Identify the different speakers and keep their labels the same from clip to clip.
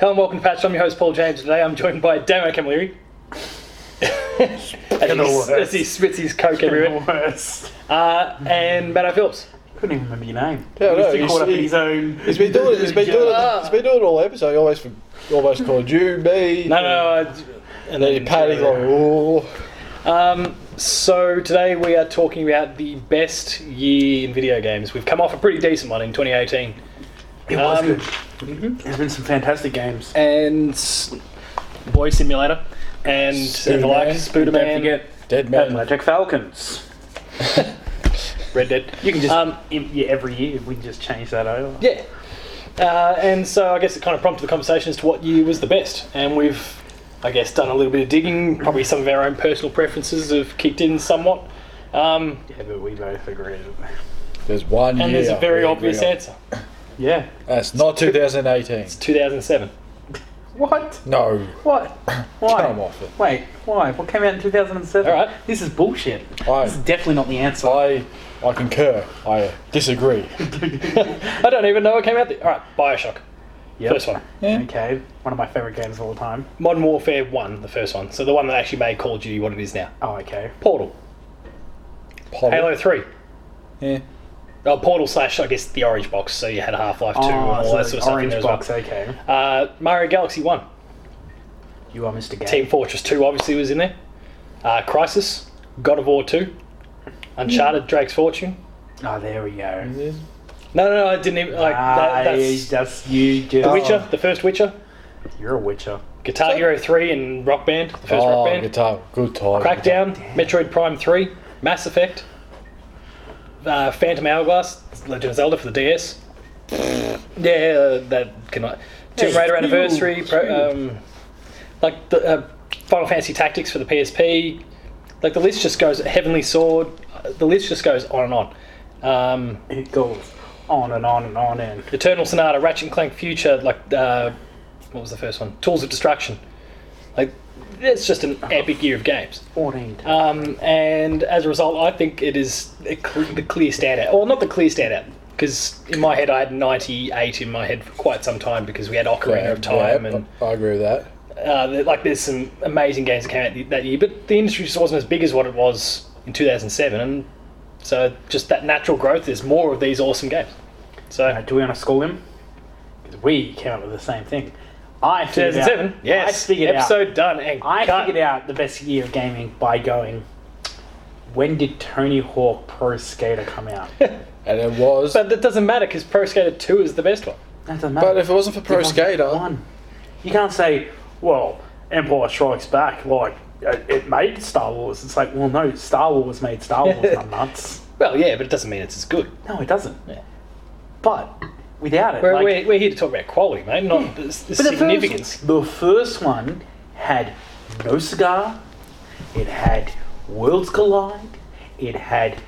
Speaker 1: Hello and welcome to Patch. I'm your host Paul James. Today I'm joined by Dan Camilleri. as,
Speaker 2: worse.
Speaker 1: he, as he spits his coke everywhere.
Speaker 2: Worse.
Speaker 1: Uh, and Matt Phillips.
Speaker 2: Couldn't even remember your name.
Speaker 3: Yeah, I
Speaker 2: He was
Speaker 3: know,
Speaker 2: too
Speaker 3: you
Speaker 2: caught up
Speaker 3: see-
Speaker 2: in his own.
Speaker 3: He's been doing it. He's been doing it. He's been doing it all episode. He almost almost called you me.
Speaker 1: No, no, no.
Speaker 3: And then you panic like, oh.
Speaker 1: Um, so today we are talking about the best year in video games. We've come off a pretty decent one in 2018,
Speaker 2: It was
Speaker 1: Um,
Speaker 2: good. There's been some fantastic games.
Speaker 1: and s- Boy Simulator, and, and the like,
Speaker 3: Spooderman.
Speaker 1: Spooderman,
Speaker 2: Don't forget
Speaker 3: Dead man.
Speaker 2: Atlantic Falcons.
Speaker 1: Red Dead.
Speaker 2: You can just
Speaker 1: Um,
Speaker 2: um, yeah, every year we can just change that over.
Speaker 1: Yeah. Uh, and so I guess it kind of prompted the conversation as to what year was the best. And we've, I guess, done a little bit of digging. Probably some of our own personal preferences have kicked in somewhat. Um,
Speaker 2: Yeah, but we both agreed.
Speaker 3: There's one
Speaker 1: and
Speaker 3: year.
Speaker 1: there's a very
Speaker 3: we
Speaker 1: obvious
Speaker 3: agree on.
Speaker 1: answer
Speaker 2: Yeah.
Speaker 3: That's not 2018.
Speaker 1: 2007.
Speaker 2: What?
Speaker 3: No.
Speaker 2: What? Why?
Speaker 3: Come off it.
Speaker 2: Wait, why? What came out in 2007?
Speaker 1: All right.
Speaker 2: This is bullshit.
Speaker 3: I-
Speaker 2: This is definitely not the answer.
Speaker 3: I I concur. I disagree.
Speaker 1: I don't even know what came out. The- All right, Bioshock.
Speaker 2: Yep.
Speaker 1: First one.
Speaker 3: Yeah.
Speaker 2: Okay, one of my favourite games of all time.
Speaker 1: Modern Warfare 1, the first one. So the one that actually made Call of Duty what it is now.
Speaker 2: Oh, okay.
Speaker 1: Portal.
Speaker 3: Potter.
Speaker 1: Halo 3.
Speaker 3: Yeah.
Speaker 1: Oh, Portal slash, I guess, the Orange Box. So you had Half Life 2
Speaker 2: Oh,
Speaker 1: and all
Speaker 2: so
Speaker 1: that
Speaker 2: the
Speaker 1: sort of stuff in
Speaker 2: orange
Speaker 1: there as
Speaker 2: box, eh?
Speaker 1: well.
Speaker 2: okay.
Speaker 1: Uh, Mario Galaxy 1.
Speaker 2: You are Mr. Game.
Speaker 1: Team Fortress 2 obviously was in there. Uh, Crisis, God of War 2, Uncharted, Drake's Fortune.
Speaker 2: Oh, there we go.
Speaker 3: There's-
Speaker 1: No, no, no, I didn't even. Like, that,
Speaker 2: Nice,
Speaker 1: that's
Speaker 2: that's, you just.
Speaker 1: The Witcher, the first Witcher,
Speaker 2: You're a Witcher.
Speaker 1: Guitar Hero 3 and Rock Band, the first
Speaker 3: Oh,
Speaker 1: Rock Band,
Speaker 3: guitar. Good time.
Speaker 1: Crackdown, Metroid Prime 3, Mass Effect, uh, Phantom Hourglass, Legend of Zelda for the DS. yeah, uh, that cannot. Tomb
Speaker 2: Hey,
Speaker 1: Raider
Speaker 2: huge,
Speaker 1: Anniversary, pro, um, like the uh, Final Fantasy Tactics for the PSP. Like the list just goes Heavenly Sword. uh, The list just goes on and on. Um,
Speaker 2: It goes on and on and on and.
Speaker 1: Eternal Sonata, Ratchet and Clank Future, like uh, what was the first one? Tools of Destruction. Like it's just an epic year of games.
Speaker 2: 14.
Speaker 1: Um, and as a result, I think it is a cl- the clear standout. Well, not the clear standout, because in my head I had 98 in my head for quite some time because we had Ocarina
Speaker 3: Yeah,
Speaker 1: of Time
Speaker 3: yeah,
Speaker 1: and
Speaker 3: I I agree with that.
Speaker 1: uh, there- like there's some amazing games that came out th- that year, but the industry just wasn't as big as what it was in 2007, and so just that natural growth is more of these awesome games.
Speaker 2: Uh,
Speaker 1: So
Speaker 2: do we want to school him? Because we came up with the same thing. I figured out-
Speaker 1: 2007, yes,
Speaker 2: I figured
Speaker 1: episode
Speaker 2: out.
Speaker 1: done, and
Speaker 2: I
Speaker 1: cut.
Speaker 2: figured out the best year of gaming by going. When did Tony Hawk Pro Skater come out? that
Speaker 3: And it was.
Speaker 1: But that doesn't matter because Pro Skater 2 is the best one.
Speaker 2: doesn't matter.
Speaker 3: But if it wasn't for
Speaker 2: It
Speaker 3: Pro
Speaker 2: wasn't
Speaker 3: Skater,
Speaker 2: one. You can't say, well, Empire Strikes Back, like, it, it made Star Wars. It's like, well, no, Star Wars made Star Wars, not nuts.
Speaker 1: Well, yeah, but it doesn't mean it's as good.
Speaker 2: No, it doesn't.
Speaker 1: Yeah.
Speaker 2: But without it,
Speaker 1: We're,
Speaker 2: like,
Speaker 1: we're, we're here to talk about quality, mate, not the, s- the
Speaker 2: But the
Speaker 1: significance.
Speaker 2: First, the first one had no cigar. It had Worlds Collide. It had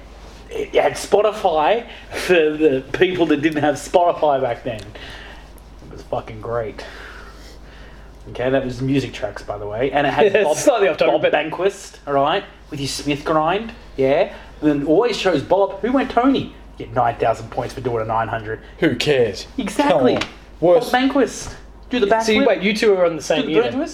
Speaker 2: it had Spotify for the people that didn't have Spotify back then. It was fucking great. Okay, that was music tracks, by the way, and it had
Speaker 1: Yeah,
Speaker 2: Bob,
Speaker 1: slightly off topic,
Speaker 2: Bob
Speaker 1: but-
Speaker 2: Banquist, all right, with his Smith grind, yeah. Then always shows Bob. Who went Tony? Get nine thousand points for doing a nine hundred.
Speaker 3: who cares?
Speaker 2: Exactly.
Speaker 3: Come on. Worse.
Speaker 2: Bob Banquist. Do the backflip.
Speaker 1: See, wait, you two are on the same year. then.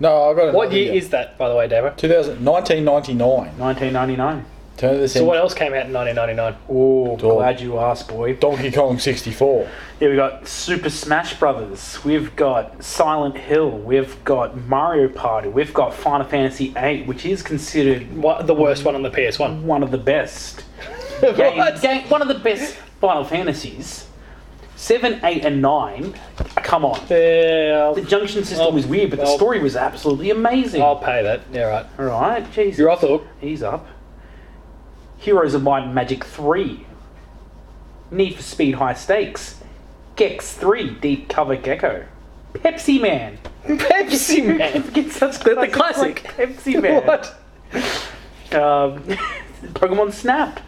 Speaker 3: No, I got it.
Speaker 1: What year is that, by the way, Damo?
Speaker 3: 2000, 1999.
Speaker 2: 1999.
Speaker 3: Turn of the
Speaker 1: So
Speaker 3: century.
Speaker 1: what else came out in 1999?
Speaker 2: Oh,
Speaker 3: Dog.
Speaker 2: glad you asked, boy.
Speaker 3: Donkey Kong 64.
Speaker 2: Yeah, we got Super Smash Brothers. We've got Silent Hill. We've got Mario Party. We've got Final Fantasy VIII, which is considered
Speaker 1: What, the worst one on the PS1.
Speaker 2: one of the best. game-
Speaker 1: what?
Speaker 2: game- one of the best Final Fantasies. Seven, eight, and nine. Come on.
Speaker 1: Yeah, I'll,
Speaker 2: The junction system
Speaker 1: Oh,
Speaker 2: was weird, but the
Speaker 1: well.
Speaker 2: story was absolutely amazing.
Speaker 1: I'll
Speaker 2: All
Speaker 1: pay that. Yeah, right.
Speaker 2: right, Jesus.
Speaker 1: You're off the hook.
Speaker 2: He's up. Heroes of Might and Magic 3. Need for Speed High Stakes. Gex 3 Deep Cover Gecko. Pepsi Man.
Speaker 1: Pepsi Man.
Speaker 2: Forget such classic,
Speaker 1: classic.
Speaker 2: Pepsi Man.
Speaker 1: what?
Speaker 2: Um, Pokemon Snap.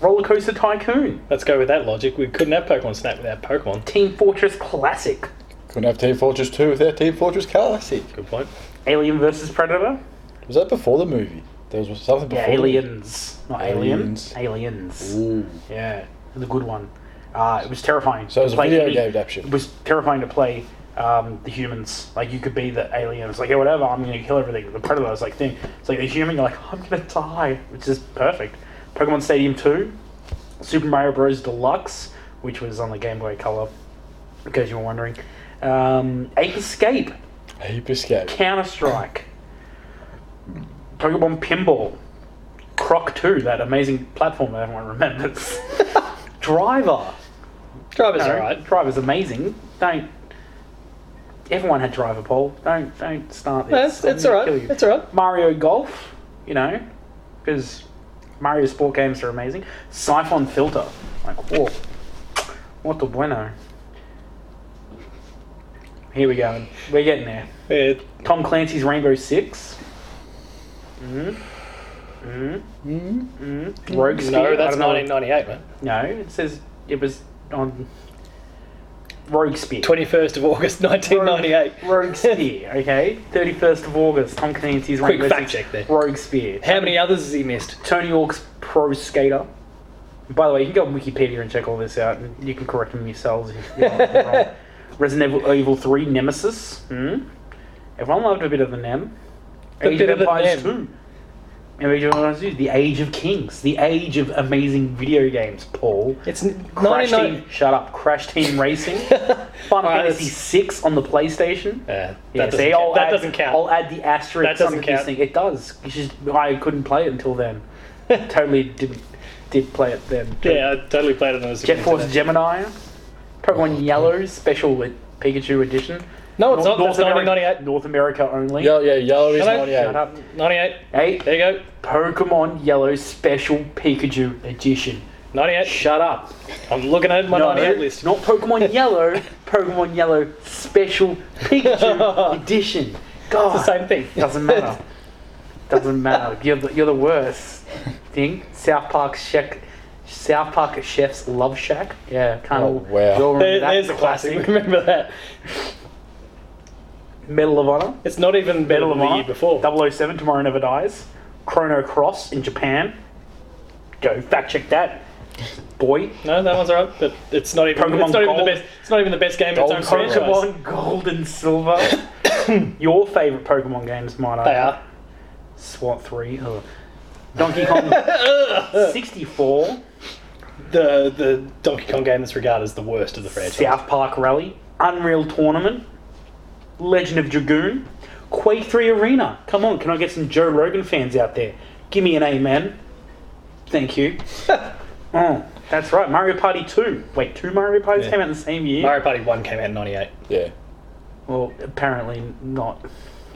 Speaker 2: Roller Coaster Tycoon.
Speaker 1: Let's go with that logic. We couldn't have Pokemon Snap without Pokemon.
Speaker 2: Team Fortress Classic.
Speaker 3: Couldn't have Team Fortress 2 without Team Fortress Classic.
Speaker 1: Good point.
Speaker 2: Alien vs Predator.
Speaker 3: Was that before the movie? There was something before.
Speaker 2: Yeah, Aliens. Not
Speaker 3: Aliens.
Speaker 2: Aliens. Aliens.
Speaker 3: The movie. Ooh.
Speaker 2: Yeah, the good one. Uh, it was terrifying.
Speaker 3: So it was
Speaker 2: to
Speaker 3: a
Speaker 2: play
Speaker 3: video
Speaker 2: any-
Speaker 3: game adaptation.
Speaker 2: It was terrifying to play um, the humans. Like you could be the alien. It's like, yeah, whatever. I'm gonna kill everything. The predator is like thing. It's like the human. You're like, I'm gonna die, which is perfect. Pokemon Stadium Two, Super Mario Bros. Deluxe, which was on the Game Boy Color, in case you were wondering. Um, Ape Escape,
Speaker 3: Heap escape.
Speaker 2: Counter Strike, Pokemon Pinball, Croc Two, that amazing platform that everyone remembers. Driver.
Speaker 1: Driver's
Speaker 2: No,
Speaker 1: alright.
Speaker 2: Driver's amazing. Don't. Everyone had driver Paul. Don't don't start this.
Speaker 1: That's
Speaker 2: I'm
Speaker 1: it's
Speaker 2: gonna
Speaker 1: alright.
Speaker 2: kill you.
Speaker 1: It's alright.
Speaker 2: Mario Golf, you know, because Mario sport games are amazing. Siphon Filter, like whoa, what the bueno. Here we go. We're getting there.
Speaker 1: Yeah,
Speaker 2: Tom Clancy's Rainbow Six. Mm. Mm.
Speaker 1: Hmm?
Speaker 3: Mm.
Speaker 2: Mm. Rogue Spear.
Speaker 1: no,
Speaker 2: I
Speaker 1: that's
Speaker 2: don't know what-
Speaker 1: 1998, man.
Speaker 2: no, it says it was on Rogue Spear.
Speaker 1: 21st of August 1998.
Speaker 2: Rogue Spear, okay? 31st of August, Tom Clancy's
Speaker 1: Quick
Speaker 2: Rainbow
Speaker 1: fact
Speaker 2: Six
Speaker 1: check there.
Speaker 2: Rogue Spear.
Speaker 1: How many others has he missed?
Speaker 2: Tony Hawk's Pro Skater. By the way, you can go on Wikipedia and check all this out, and you can correct them yourselves if you're wrong. Resident Evil, Evil 3 Nemesis. Hmm? Everyone loved a bit of the Nem.
Speaker 1: A bit of the
Speaker 2: Empires
Speaker 1: Nem.
Speaker 2: 2. Age of Empires 2. The Age of Kings. The Age of Amazing Video Games, Paul.
Speaker 1: It's n-
Speaker 2: Crash
Speaker 1: 99.
Speaker 2: Team, shut up. Crash Team Racing. Final
Speaker 1: Alright,
Speaker 2: Fantasy Six on the PlayStation.
Speaker 1: Yeah,
Speaker 2: Yeah,
Speaker 1: Uh, that,
Speaker 2: see,
Speaker 1: doesn't,
Speaker 2: I'll
Speaker 1: count. that
Speaker 2: add-
Speaker 1: doesn't count.
Speaker 2: I'll add the asterisk.
Speaker 1: That doesn't
Speaker 2: under this
Speaker 1: count.
Speaker 2: Thing. It does. It's just I couldn't play it until then. totally didn't did play it then.
Speaker 1: yeah, I totally played it on the
Speaker 2: Jet Force Gemini, Pokemon Yellow Special with Pikachu Edition.
Speaker 1: No, it's
Speaker 2: Nor-
Speaker 1: not. That's
Speaker 2: America,
Speaker 1: 1998.
Speaker 2: North America only.
Speaker 3: Yellow, yeah, yellow is
Speaker 1: Hello?
Speaker 3: 98.
Speaker 2: Shut up.
Speaker 1: 98.
Speaker 2: Hey,
Speaker 1: There you go.
Speaker 2: Pokemon Yellow Special Pikachu Edition.
Speaker 1: 98.
Speaker 2: Shut up.
Speaker 1: I'm looking at my
Speaker 2: No,
Speaker 1: 98 list.
Speaker 2: Not Pokemon Yellow, Pokemon Yellow Special Pikachu Edition. God.
Speaker 1: It's the same thing.
Speaker 2: Doesn't matter. Doesn't matter. You're the, you're the worst thing. South Park Shack. South Park Chef's Love Shack. Yeah, kind
Speaker 3: Oh,
Speaker 2: of.
Speaker 3: wow.
Speaker 1: There- there's a classic. Remember that.
Speaker 2: Medal of Honor.
Speaker 1: It's not even better
Speaker 2: Medal
Speaker 1: than
Speaker 2: of
Speaker 1: the
Speaker 2: Honor.
Speaker 1: year before.
Speaker 2: 007, Tomorrow Never Dies. Chrono Cross in Japan. Go fact check that. Boy.
Speaker 1: No, that one's alright, but it's not even.
Speaker 2: Pokemon
Speaker 1: it's not even the
Speaker 2: Gold.
Speaker 1: best. It's not even the best game in its
Speaker 3: Gold
Speaker 1: own
Speaker 3: Sunrise.
Speaker 1: franchise.
Speaker 2: Pokemon Gold and Silver. Your favourite Pokemon games, might I?
Speaker 1: They
Speaker 2: add.
Speaker 1: are.
Speaker 2: SWAT 3. Ugh. Donkey Kong 64.
Speaker 1: The the Donkey Kong game that's regarded as the worst of the franchise.
Speaker 2: South Park Rally. Unreal Tournament. Legend of Dragoon. Quake 3 Arena. Come on, can I get some Joe Rogan fans out there? Give me an amen. Thank you. oh, that's right. Mario Party 2. Wait, two Mario Parties
Speaker 1: Yeah.
Speaker 2: came out in the same year?
Speaker 1: Mario Party One came out in '98.
Speaker 3: Yeah.
Speaker 2: well, apparently not.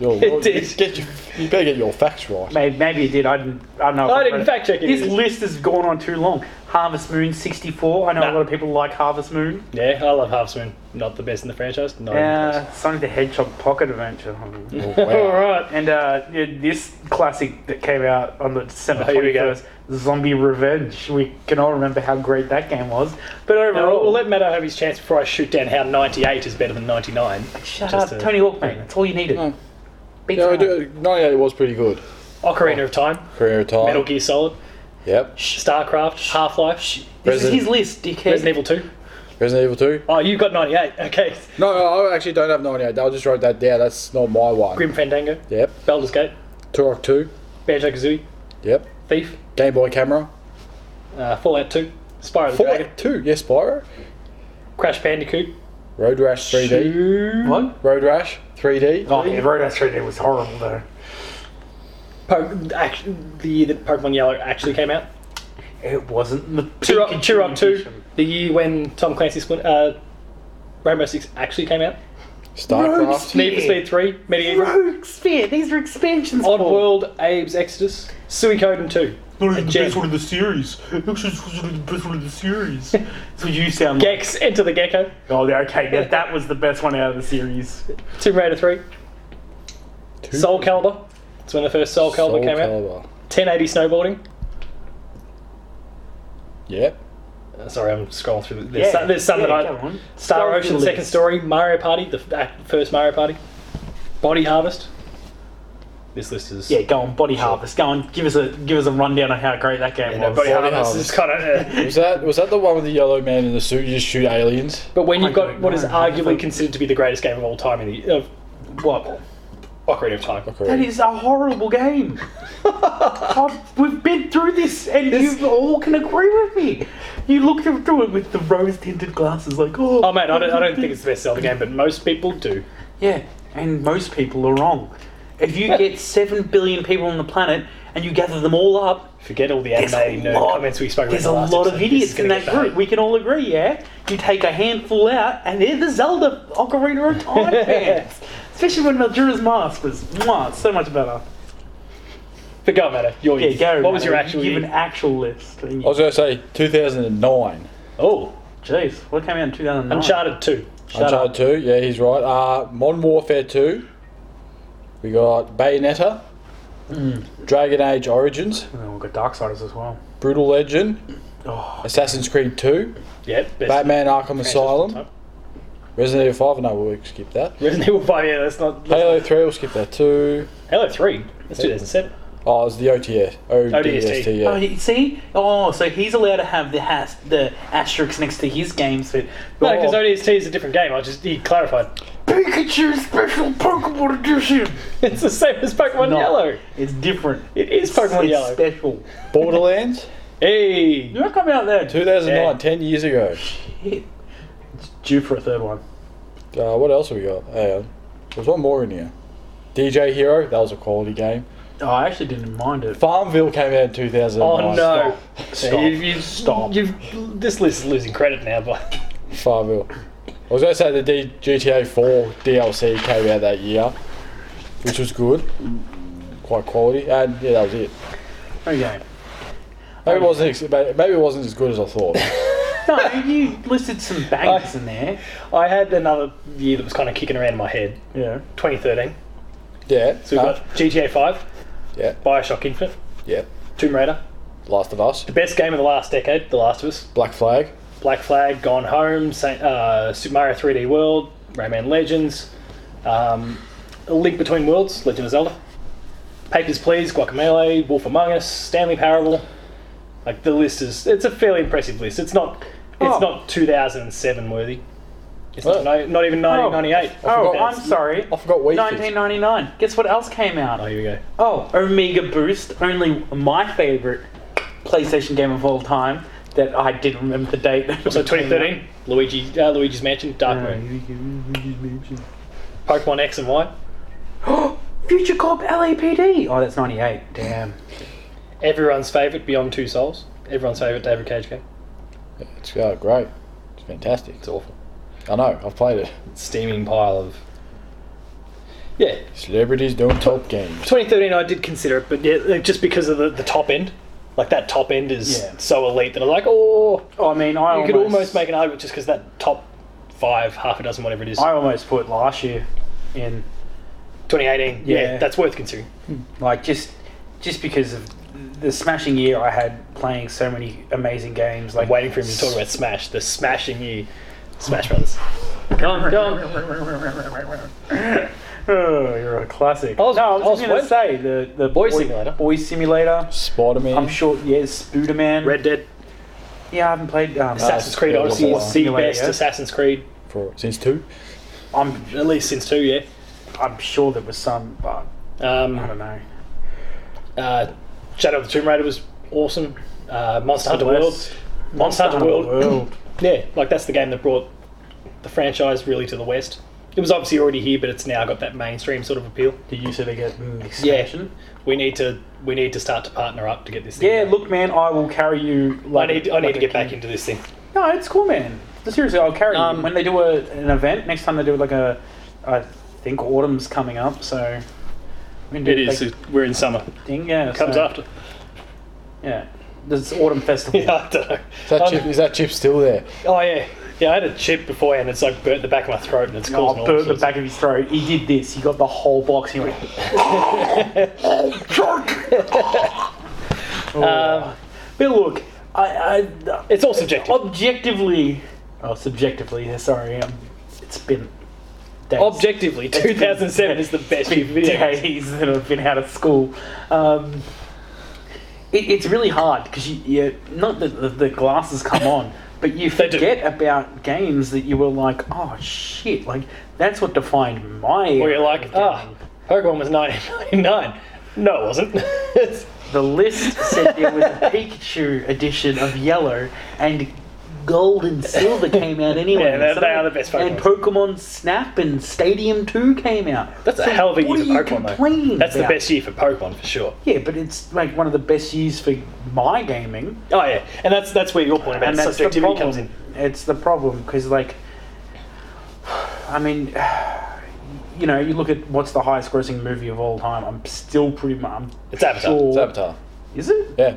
Speaker 3: Yo,
Speaker 1: It
Speaker 3: well,
Speaker 1: did.
Speaker 3: Get your, you better get your facts right.
Speaker 2: Maybe, maybe it did. I didn't. I don't know. if
Speaker 1: I
Speaker 2: read
Speaker 1: didn't
Speaker 2: it.
Speaker 1: fact check it
Speaker 2: This
Speaker 1: either.
Speaker 2: list has gone on too long. Harvest Moon sixty four. I know
Speaker 1: Nah.
Speaker 2: a lot of people like Harvest Moon.
Speaker 1: Yeah, I love Harvest Moon. Not the best in the franchise. Not even
Speaker 2: Uh, Sonic the Hedgehog Pocket Adventure.
Speaker 3: Oh,
Speaker 1: close. All
Speaker 3: wow.
Speaker 1: right.
Speaker 2: And uh, yeah, this classic that came out on the December
Speaker 1: Oh, here we
Speaker 2: twenty
Speaker 1: go.
Speaker 2: first, Zombie Revenge. We can all remember how great that game was. But
Speaker 1: Now, we'll,
Speaker 2: overall,
Speaker 1: we'll let Matto have his chance before I shoot down how 98 is better than 99.
Speaker 2: shut
Speaker 1: just
Speaker 2: up,
Speaker 1: a-
Speaker 2: Tony Hawk, mate. That's all you needed.
Speaker 3: Mm.
Speaker 2: Beat
Speaker 3: No,
Speaker 2: it
Speaker 3: I
Speaker 2: up.
Speaker 3: do- 98 was pretty good.
Speaker 1: Ocarina of Time,
Speaker 3: Career of time.
Speaker 1: Metal Gear Solid,
Speaker 3: Yep.
Speaker 1: StarCraft, Half Life,
Speaker 2: This is
Speaker 3: Resident-
Speaker 2: his list, dickhead.
Speaker 1: Resident Evil 2.
Speaker 3: Resident Evil 2.
Speaker 1: Oh, you got 98. Okay.
Speaker 3: No, no, I actually don't have 98. I just wrote that down. That's not my one.
Speaker 1: Grim Fandango,
Speaker 3: Yep.
Speaker 1: Baldur's Gate,
Speaker 3: Turok 2.
Speaker 1: Banjo Kazooie,
Speaker 3: Yep.
Speaker 1: Thief,
Speaker 3: Game Boy camera.
Speaker 1: uh, Fallout 2, Spyro the Dragon,
Speaker 3: Fallout 2. Yes, Spyro.
Speaker 1: Crash Bandicoot,
Speaker 3: Road Rash 3D.
Speaker 2: What?
Speaker 3: Road Rash 3D.
Speaker 2: Oh, yeah, Road Rash 3D was horrible though.
Speaker 1: po- actually, the year that Pokemon Yellow actually came out,
Speaker 2: It wasn't the
Speaker 1: Turok,
Speaker 2: Pikachu
Speaker 1: Turok 2,
Speaker 2: edition.
Speaker 1: the year when Tom Clancy's Splin- uh, Rainbow Six actually came out,
Speaker 3: StarCraft.
Speaker 1: Need for Speed 3, Medieval,
Speaker 2: Rogue Spear. These are expansions.
Speaker 1: Odd World, Abe's Exodus, Suikoden 2,
Speaker 2: Not even
Speaker 1: the best one
Speaker 2: of the series. Actually, it's the best one of the series. so you sound like.
Speaker 1: Gex, Enter the Gecko,
Speaker 2: Oh, yeah, okay. That, that was the best one out of the series.
Speaker 1: Tomb Raider 3,
Speaker 3: Two-
Speaker 1: Soul Calibur. That's when the first Soul Calibur
Speaker 3: Soul
Speaker 1: came out.
Speaker 3: Calibur.
Speaker 1: 1080 Snowboarding.
Speaker 3: Yep.
Speaker 1: Uh, sorry, I'm scrolling through. the- There's, some, there's some
Speaker 2: yeah,
Speaker 1: that
Speaker 2: go
Speaker 1: I.
Speaker 2: on.
Speaker 1: Star
Speaker 2: Go
Speaker 1: Ocean
Speaker 2: through the
Speaker 1: Second
Speaker 2: list.
Speaker 1: Story, Mario Party, the f- uh, first Mario Party, Body Harvest, This list is
Speaker 2: Yeah, go on, Body Harvest. Go on, give us a give us a rundown on how great that game
Speaker 1: Yeah,
Speaker 2: was.
Speaker 1: Body
Speaker 3: Body
Speaker 1: Harvest is uh,
Speaker 3: Harvest.
Speaker 1: kind of.
Speaker 3: Was that was that the one with the yellow man in the suit? You just shoot aliens.
Speaker 1: But when
Speaker 2: I
Speaker 1: you've got
Speaker 2: don't
Speaker 1: what is
Speaker 2: know.
Speaker 1: arguably considered to be the greatest game of all time in the of what Ocarina of Time.
Speaker 2: That is a horrible game. I've- we've been through this, and you all can agree with me. You look through it with the rose-tinted glasses, like, oh,
Speaker 1: Oh man, I don't, I don't think it's the best Zelda game, but most people do.
Speaker 2: yeah. And most people are wrong. If you get seven billion people on the planet and you gather them all up,
Speaker 1: Forget all the
Speaker 2: There's
Speaker 1: anime
Speaker 2: a
Speaker 1: nerd
Speaker 2: lot-
Speaker 1: comments we spoke about.
Speaker 2: There's
Speaker 1: in
Speaker 2: a
Speaker 1: the last
Speaker 2: lot of
Speaker 1: episode. This
Speaker 2: idiots
Speaker 1: is
Speaker 2: in
Speaker 1: gonna
Speaker 2: that
Speaker 1: get bad.
Speaker 2: group. We can all agree, yeah. You take a handful out, and they're the Zelda Ocarina of Time fans. Especially when Majora's Mask was mwah, so much better.
Speaker 1: But go, Matter. Your
Speaker 2: Yeah, Gary.
Speaker 1: What was
Speaker 2: man,
Speaker 1: your
Speaker 2: you
Speaker 1: actual?
Speaker 2: Give
Speaker 1: year?
Speaker 2: an actual list. And
Speaker 3: I
Speaker 2: you,
Speaker 3: was gonna say 2009.
Speaker 1: oh,
Speaker 2: jeez, what came out in 2009?
Speaker 1: Uncharted Two.
Speaker 2: Shut
Speaker 3: Uncharted
Speaker 2: up.
Speaker 3: 2. Yeah, he's right. Uh, Modern Warfare 2. We got Bayonetta. Dragon Age Origins.
Speaker 2: And then Oh, we've got Darksiders as well.
Speaker 3: Brutal Legend.
Speaker 2: Oh,
Speaker 3: Assassin's Creed 2.
Speaker 1: Yeah, best
Speaker 3: Batman Arkham
Speaker 1: franchise of all
Speaker 3: Asylum.
Speaker 1: time.
Speaker 3: Resident Evil 5. No, we'll skip that.
Speaker 1: Resident Evil Five. Yeah, that's not let's-
Speaker 3: Halo 3. We'll skip that too.
Speaker 1: Halo Three. That's 2007.
Speaker 3: Oh, it was the OTS. ODST.
Speaker 1: ODST.
Speaker 3: Yeah.
Speaker 2: oh, you see? Oh, so he's allowed to have the has, the asterisks next to his games. But,
Speaker 1: No, because
Speaker 2: oh,
Speaker 1: ODST is a different game. I just he clarified.
Speaker 2: Pikachu Special Pokemon Edition.
Speaker 1: It's the same as Pokemon
Speaker 2: No,
Speaker 1: Yellow.
Speaker 2: It's different.
Speaker 1: It is Pokemon
Speaker 2: it's
Speaker 1: Yellow.
Speaker 2: special.
Speaker 3: Borderlands.
Speaker 1: hey,
Speaker 2: You come out there too.
Speaker 3: 2009.
Speaker 1: Yeah.
Speaker 3: 10 years ago.
Speaker 2: It's due for a third one.
Speaker 3: Uh, what else have we got? Hang on. There's one more in here. DJ Hero. That was a quality game.
Speaker 2: Oh, I actually didn't mind it.
Speaker 3: Farmville came out in 2009.
Speaker 1: Oh no!
Speaker 2: Stop.
Speaker 1: You- you-
Speaker 2: Stop.
Speaker 1: You've, this list is losing credit now, but
Speaker 3: Farmville. I was going to say the D- GTA 4 DLC came out that year, which was good, quite quality, and yeah, that was it.
Speaker 2: Okay.
Speaker 3: Maybe it wasn't ex- ma- maybe it wasn't as good as I thought.
Speaker 2: No, you listed some bangers in there.
Speaker 1: I had another year that was kind of kicking around in my head.
Speaker 2: Yeah.
Speaker 1: 2013.
Speaker 3: Yeah,
Speaker 1: So we've
Speaker 3: no,
Speaker 1: got GTA 5,
Speaker 3: yeah,
Speaker 1: Bioshock Infinite,
Speaker 3: yeah.
Speaker 1: Tomb Raider,
Speaker 3: Last of Us,
Speaker 1: the best game of the last decade, The Last of Us,
Speaker 3: Black Flag,
Speaker 1: Black Flag, Gone Home, Saint, uh, Super Mario 3D World, Rayman Legends, um, A Link Between Worlds, Legend of Zelda, Papers Please, Guacamelee, Wolf Among Us, Stanley Parable. Like the list is, it's a fairly impressive list. It's not, it's
Speaker 2: Oh.
Speaker 1: not 2007 worthy. It's
Speaker 3: Oh.
Speaker 1: not, no, not even 1998.
Speaker 2: Oh,
Speaker 3: forgot-
Speaker 2: I'm sorry.
Speaker 3: I forgot Wii Fit.
Speaker 2: 1999. Guess what else came
Speaker 1: Oh,
Speaker 2: out?
Speaker 1: here we go.
Speaker 2: Oh, Omega Boost. Only my favorite PlayStation game of all time. That I did remember the date.
Speaker 1: So 2013, Luigi, uh, Luigi's Mansion, Dark Moon, Pokemon X and Y,
Speaker 2: Future Corp LAPD. Oh, that's 98. Damn.
Speaker 1: everyone's favourite Beyond Two Souls, everyone's favourite David Cage game,
Speaker 3: It's uh, great. It's fantastic. It's awful. I know. I've played it.
Speaker 1: steaming pile of. Yeah,
Speaker 3: Celebrities doing top games.
Speaker 1: 2013 I did consider it, but yeah, like, just because of the, the top end, like that top end is
Speaker 2: Yeah.
Speaker 1: so elite that I'm like, oh,
Speaker 2: Oh, I mean, I
Speaker 1: you could almost make an argument just because that top five, half a dozen, whatever it is,
Speaker 2: I almost put last year in
Speaker 1: 2018. Yeah,
Speaker 2: Yeah.
Speaker 1: that's worth considering.
Speaker 2: like just just because of the smashing year I had playing so many amazing games. Like
Speaker 1: I'm waiting for him to talk about Smash, the smashing year, Smash Brothers.
Speaker 2: Go on, go on. oh, you're a classic.
Speaker 1: was-
Speaker 2: no, I was,
Speaker 1: I was
Speaker 2: going to
Speaker 1: waiting-
Speaker 2: say the the
Speaker 1: Boy Simulator.
Speaker 2: Boy Simulator.
Speaker 3: Spider
Speaker 2: I'm
Speaker 3: Man.
Speaker 2: sure. Yes, Spooderman.
Speaker 1: Red Dead,
Speaker 2: Yeah, I haven't played. Um,
Speaker 1: Assassin's Creed
Speaker 3: yeah,
Speaker 1: Odyssey
Speaker 3: War
Speaker 1: Ah, is the
Speaker 2: Simulator,
Speaker 1: best
Speaker 2: yeah.
Speaker 1: Assassin's Creed,
Speaker 3: for since two.
Speaker 2: uh, I'm
Speaker 1: at least since two, yeah.
Speaker 2: I'm sure there was some, but I
Speaker 1: Um,
Speaker 2: don't know.
Speaker 1: uh, Shadow of the Tomb Raider was awesome. Uh, Monster Hunter
Speaker 2: Celeste.
Speaker 1: World. Monster Hunter
Speaker 2: World.
Speaker 1: World. Yeah, like that's the game that brought the franchise really to the West. It was obviously already here, but it's now got that mainstream sort of appeal.
Speaker 2: Did you say they get an expansion?
Speaker 1: Yeah, we need to we need to start to partner up to get this. Thing
Speaker 2: Yeah,
Speaker 1: going.
Speaker 2: look, man, I will carry you.
Speaker 1: I
Speaker 2: Like,
Speaker 1: need I need
Speaker 2: like
Speaker 1: to
Speaker 2: a
Speaker 1: get back
Speaker 2: king.
Speaker 1: into this thing.
Speaker 2: No, it's cool, man. Seriously, I'll carry you.
Speaker 1: Um,
Speaker 2: When they do a, an event next time, they do like a, I think autumn's coming up, so we can do
Speaker 1: It is.
Speaker 2: like
Speaker 1: We're in summer.
Speaker 2: thing, yeah.
Speaker 1: Comes
Speaker 2: so,
Speaker 1: after.
Speaker 2: Yeah, this autumn festival.
Speaker 1: Yeah, I don't know.
Speaker 3: Is that, chip, is that chip still there?
Speaker 1: Oh yeah, yeah. I had a chip beforehand. It's like burnt the back of my throat, and it's
Speaker 2: Oh,
Speaker 1: causing
Speaker 2: I
Speaker 1: all
Speaker 2: burnt the
Speaker 1: sorts
Speaker 2: back of his throat. He did this. He got the whole box. He went.
Speaker 1: of- Um,
Speaker 2: But look, I, I
Speaker 1: it's all subjective.
Speaker 2: objectively, oh, subjectively. yeah, Sorry, um, it's been days,
Speaker 1: Objectively, 2007 is the best year for video games.
Speaker 2: days that I've been out of school. Um, it, it's really hard because you, you not that the, the glasses come on, but you
Speaker 1: They do.
Speaker 2: forget about games that you were like, oh shit, like that's what defined my.
Speaker 1: Where
Speaker 2: era
Speaker 1: you're
Speaker 2: of
Speaker 1: like, ah,
Speaker 2: gaming."
Speaker 1: Pokemon was 1999. No, it wasn't. It's-
Speaker 2: The list said there was a Pikachu edition of Yellow, and Gold and Silver came out anyway.
Speaker 1: Yeah, they-
Speaker 2: So
Speaker 1: they are the best
Speaker 2: And Pokemon Snap and Stadium Two came out.
Speaker 1: that's a
Speaker 2: So
Speaker 1: hell of a year
Speaker 2: what
Speaker 1: for
Speaker 2: are you
Speaker 1: Pokemon, though.
Speaker 2: complaining
Speaker 1: That's the
Speaker 2: about?
Speaker 1: best year for Pokemon, for sure.
Speaker 2: Yeah, but it's like one of the best years for my gaming,
Speaker 1: Oh, yeah. And that's that's where your point about
Speaker 2: and that's the
Speaker 1: subjectivity
Speaker 2: problem.
Speaker 1: comes in.
Speaker 2: It's the problem because, like, I mean, you know, you look at what's the highest-grossing movie of all time. I'm still pretty much. I'm
Speaker 1: It's Avatar.
Speaker 2: sure-
Speaker 3: It's Avatar.
Speaker 2: Is it?
Speaker 3: Yeah.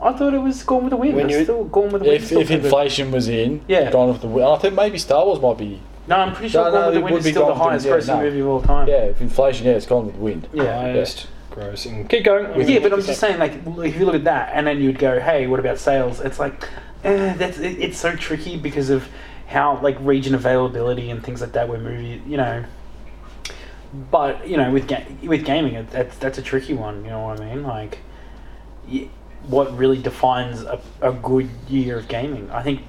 Speaker 2: I thought it was Gone with the Wind.
Speaker 1: When
Speaker 2: It's
Speaker 1: you-
Speaker 2: still Gone with the Wind.
Speaker 3: If,
Speaker 2: still
Speaker 3: if
Speaker 2: pretty good.
Speaker 3: inflation was in,
Speaker 2: Yeah.
Speaker 3: Gone with the Wind. I think maybe Star Wars might be.
Speaker 2: no, I'm pretty sure
Speaker 3: No,
Speaker 2: Gone
Speaker 3: no,
Speaker 2: with the
Speaker 3: it
Speaker 2: Wind
Speaker 3: would
Speaker 2: is
Speaker 3: be
Speaker 2: still the
Speaker 3: Gone with
Speaker 2: highest
Speaker 3: the Wind,
Speaker 2: grossing
Speaker 3: yeah, no.
Speaker 2: movie of all time.
Speaker 3: Yeah, if inflation, yeah, it's Gone with the Wind.
Speaker 2: Yeah.
Speaker 1: Highest grossing. Keep going. I'm
Speaker 2: Yeah,
Speaker 1: gonna
Speaker 2: but I'm
Speaker 1: keep
Speaker 2: just
Speaker 1: saying-
Speaker 2: saying, like, if you look at that, and then you'd go, "Hey, what about sales?" It's like, eh, that's it, it's so tricky because of how like region availability and things like that. Where movie, you know, but you know, with ga- with gaming, it, that's that's a tricky one. You know what I mean? Like, y- what really defines a, a good year of gaming? I think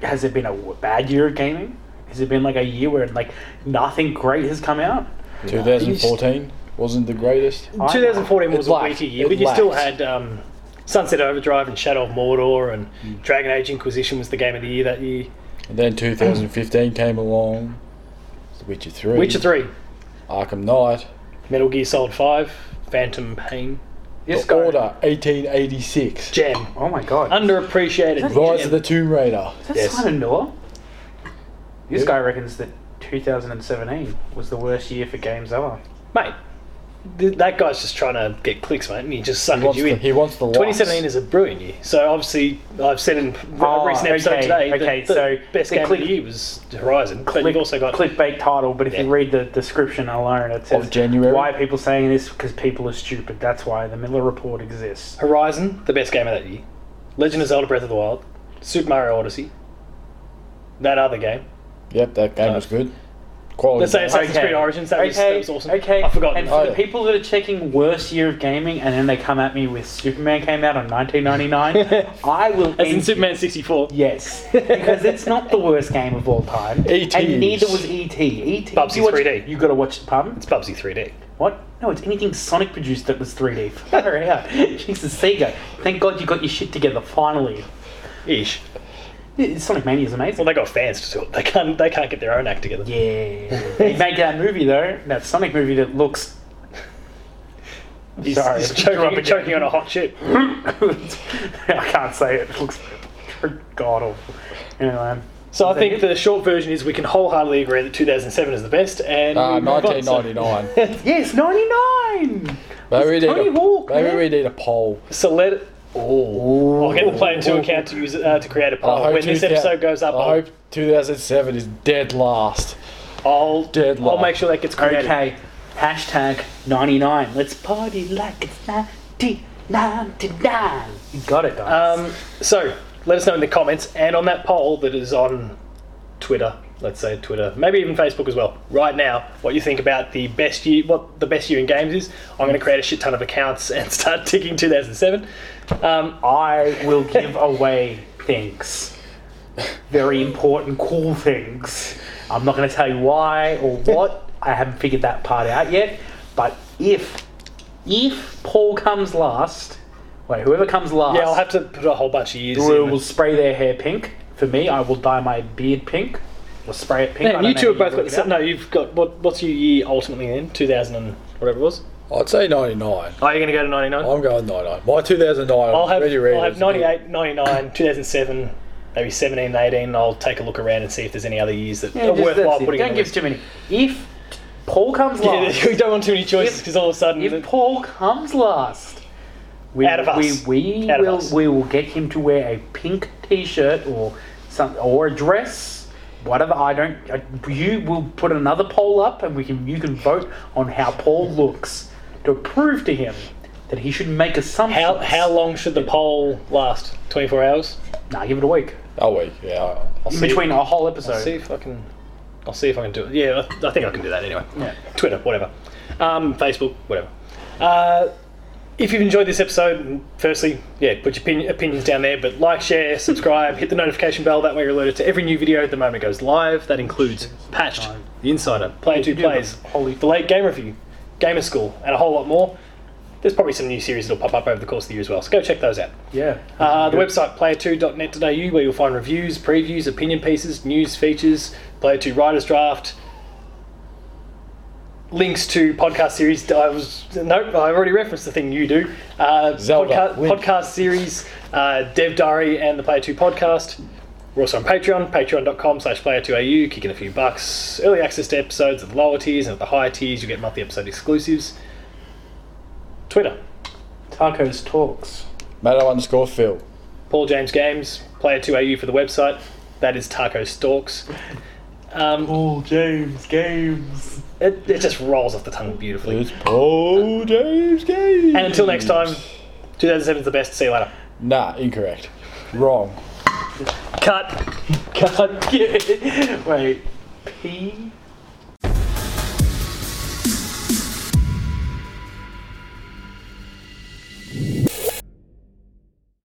Speaker 2: has there been a w- bad year of gaming? Has it been like a year where like nothing great has come out?
Speaker 3: 2014 wasn't the greatest.
Speaker 1: 2014 was
Speaker 3: It lacked.
Speaker 1: a weaker year,
Speaker 3: It
Speaker 1: but you still
Speaker 3: lacked.
Speaker 1: had um, Sunset Overdrive and Shadow of Mordor, and Dragon Age Inquisition was the game of the year that year.
Speaker 3: And then 2015 came along. The Witcher 3.
Speaker 1: Witcher 3,
Speaker 3: Arkham Knight.
Speaker 1: Metal Gear Solid 5, Phantom Pain,
Speaker 2: Yes,
Speaker 3: the Order 1886.
Speaker 1: Jam.
Speaker 2: Oh my god.
Speaker 1: Underappreciated.
Speaker 3: Rise
Speaker 1: Jam.
Speaker 3: of the Tomb Raider.
Speaker 2: That's
Speaker 1: Yes.
Speaker 2: Simon Miller. This
Speaker 3: Yeah.
Speaker 2: guy reckons that 2017 was the worst year for games ever.
Speaker 1: Mate, th- that guy's just trying to get clicks, mate, and he just
Speaker 3: He
Speaker 1: suckered
Speaker 3: wants,
Speaker 1: you
Speaker 3: the,
Speaker 1: in.
Speaker 3: he wants the likes.
Speaker 1: 2017 is a brilliant year. So obviously, I've said in a
Speaker 2: Oh,
Speaker 1: recent episode
Speaker 2: okay,
Speaker 1: today, that
Speaker 2: okay,
Speaker 1: the
Speaker 2: so
Speaker 1: best
Speaker 2: the
Speaker 1: game
Speaker 2: click-
Speaker 1: of the year was Horizon. But
Speaker 2: Click-
Speaker 1: you've also got
Speaker 2: clickbait title, but if
Speaker 1: Yeah.
Speaker 2: you read the description alone, it says
Speaker 3: January?
Speaker 2: why are people saying this? Because people are stupid. That's why the Miller Report exists.
Speaker 1: Horizon, the best game of that year. Legend of Zelda: Breath of the Wild, Super Mario Odyssey. That other game.
Speaker 3: Yep, that game was good. Quality.
Speaker 1: Let's say
Speaker 3: game.
Speaker 1: it's Assassin's Creed Origins, that was- that was awesome.
Speaker 2: Okay,
Speaker 1: I forgot
Speaker 2: And
Speaker 1: that.
Speaker 2: for
Speaker 3: Oh.
Speaker 2: the people that are checking worst year of gaming, and then they come at me with Superman came out in 1999, I will.
Speaker 1: As in
Speaker 2: end you.
Speaker 1: Superman 64.
Speaker 2: Yes, because it's not the worst game of all time.
Speaker 3: E.T.
Speaker 2: And neither was E E.T. E.T.
Speaker 1: Bubsy
Speaker 2: you watch-
Speaker 1: 3D.
Speaker 2: You gotta watch, pardon?
Speaker 1: It's Bubsy 3D.
Speaker 2: What? No, it's anything Sonic produced that was 3D. Far out. Jesus, Sega. Thank God you got your shit together, finally.
Speaker 1: Ish.
Speaker 2: Yeah, Sonic Mania is amazing.
Speaker 1: Well, they got fans to do it. They can't. They can't get their own act together.
Speaker 2: yeah. they made that movie, though, that Sonic movie that looks.
Speaker 1: He's,
Speaker 2: Sorry.
Speaker 1: he's choking, choking on a hot chip.
Speaker 2: I can't say it. It looks god awful. Anyway.
Speaker 1: So I
Speaker 2: that
Speaker 1: think
Speaker 2: it?
Speaker 1: the short version is we can wholeheartedly agree that 2007 is the best, and
Speaker 3: Uh,
Speaker 1: we move on. So-
Speaker 3: 1999.
Speaker 2: Yes, 99!
Speaker 3: Maybe we need
Speaker 2: Tony
Speaker 3: a,
Speaker 2: Hawk,
Speaker 3: maybe
Speaker 2: man.
Speaker 3: we need a poll.
Speaker 1: So let it. Oh, I'll get the play into account to use it, uh, to create a
Speaker 3: I
Speaker 1: poll.
Speaker 3: hope
Speaker 1: When this
Speaker 3: 2000
Speaker 1: episode goes up,
Speaker 3: I
Speaker 1: I'll,
Speaker 3: hope 2007 is dead last.
Speaker 1: I'll,
Speaker 3: Dead
Speaker 1: I'll
Speaker 3: life.
Speaker 1: make sure that gets created.
Speaker 2: Okay, hashtag 99. Let's party like it's 1999. You got it, guys.
Speaker 1: Um, so let us know in the comments and on that poll that is on Twitter. Let's say Twitter, maybe even Facebook as well. Right now, what you think about the best year? What the best year in games is? I'm going to create a shit ton of accounts and start ticking 2007. Um,
Speaker 2: I will give away things. Very important, cool things. I'm not going to tell you why or what. I haven't figured that part out yet. But if, if Paul comes last, wait, whoever comes last,
Speaker 1: yeah, I'll have to put a whole bunch of years.
Speaker 2: will,
Speaker 1: in.
Speaker 2: will spray their hair pink. For me, I will dye my beard pink. Or spray it pink. I
Speaker 1: Man,
Speaker 2: don't
Speaker 1: you
Speaker 2: know
Speaker 1: two
Speaker 2: how
Speaker 1: have both
Speaker 2: work
Speaker 1: got
Speaker 2: it
Speaker 1: the same.
Speaker 2: out.
Speaker 1: No, you've got what? What's your year ultimately then? 2000 and whatever it was.
Speaker 3: I'd say 99.
Speaker 1: Oh, you're going to go to 99.
Speaker 3: I'm going 99. My 2009.
Speaker 1: I'll have,
Speaker 3: ready, ready.
Speaker 1: I'll have 98, 99, 2007, maybe 17, 18. and I'll take a look around and see if there's any other years that
Speaker 2: Yeah,
Speaker 1: are
Speaker 2: just-
Speaker 1: worthwhile
Speaker 2: that's it.
Speaker 1: putting
Speaker 2: Don't
Speaker 1: in. the
Speaker 2: give
Speaker 1: list.
Speaker 2: too many. If Paul comes last,
Speaker 1: Yeah, we don't want too many choices
Speaker 2: If-
Speaker 1: because all of a sudden,
Speaker 2: if
Speaker 1: the-
Speaker 2: Paul comes last, we,
Speaker 1: Out of us.
Speaker 2: we, we
Speaker 1: Out of
Speaker 2: will
Speaker 1: us.
Speaker 2: we will get him to wear a pink T-shirt or some or a dress. Whatever I don't, I, you will put another poll up, and we can you can vote on how Paul looks to prove to him that he should make assumptions.
Speaker 1: how how long should the poll last? 24 hours.
Speaker 2: Nah, give it a week.
Speaker 3: Oh, wait. Yeah. I'll
Speaker 2: In
Speaker 3: see.
Speaker 2: between a whole episode.
Speaker 1: See if I can. I'll see if I can do it. Yeah, I I think I can do that anyway.
Speaker 2: Yeah.
Speaker 1: Twitter, whatever. Um, Facebook, whatever. Uh, if you've enjoyed this episode, firstly, yeah, put your opin- opinions down there, but like, share, subscribe, hit the notification bell. That way you're alerted to every new video the moment it goes live. That includes Patched, The Insider, Player 2
Speaker 2: You do have
Speaker 1: Plays,
Speaker 2: a whole-
Speaker 1: The Late Game Review, Gamer School, and a whole lot more. There's probably some new series that'll pop up over the course of the year as well, so go check those out.
Speaker 2: Yeah.
Speaker 1: Uh, the website player2.net.au, where you'll find reviews, previews, opinion pieces, news, features, Player 2 Writers Draft, links to podcast series. I was nope, I already referenced the thing you do. Uh,
Speaker 3: Zelda,
Speaker 1: podca-
Speaker 3: win.
Speaker 1: podcast series, uh, Dev Diary, and the Player Two podcast. We're also on Patreon, patreon.com slash player2au, kicking a few bucks. Early access to episodes at the lower tiers and at the higher tiers, you get monthly episode exclusives. Twitter,
Speaker 2: Tacos Talks.
Speaker 3: Matto underscore Phil.
Speaker 1: Paul James Games, player2au for the website. That is Taco Stalks. Um,
Speaker 2: Paul James Games.
Speaker 1: it, it just rolls off the tongue beautifully.
Speaker 3: It's Paul James Games.
Speaker 1: And until next time, 2007 is the best. See you later.
Speaker 3: Nah, incorrect. Wrong.
Speaker 1: Cut.
Speaker 2: God, yeah. Wait. P.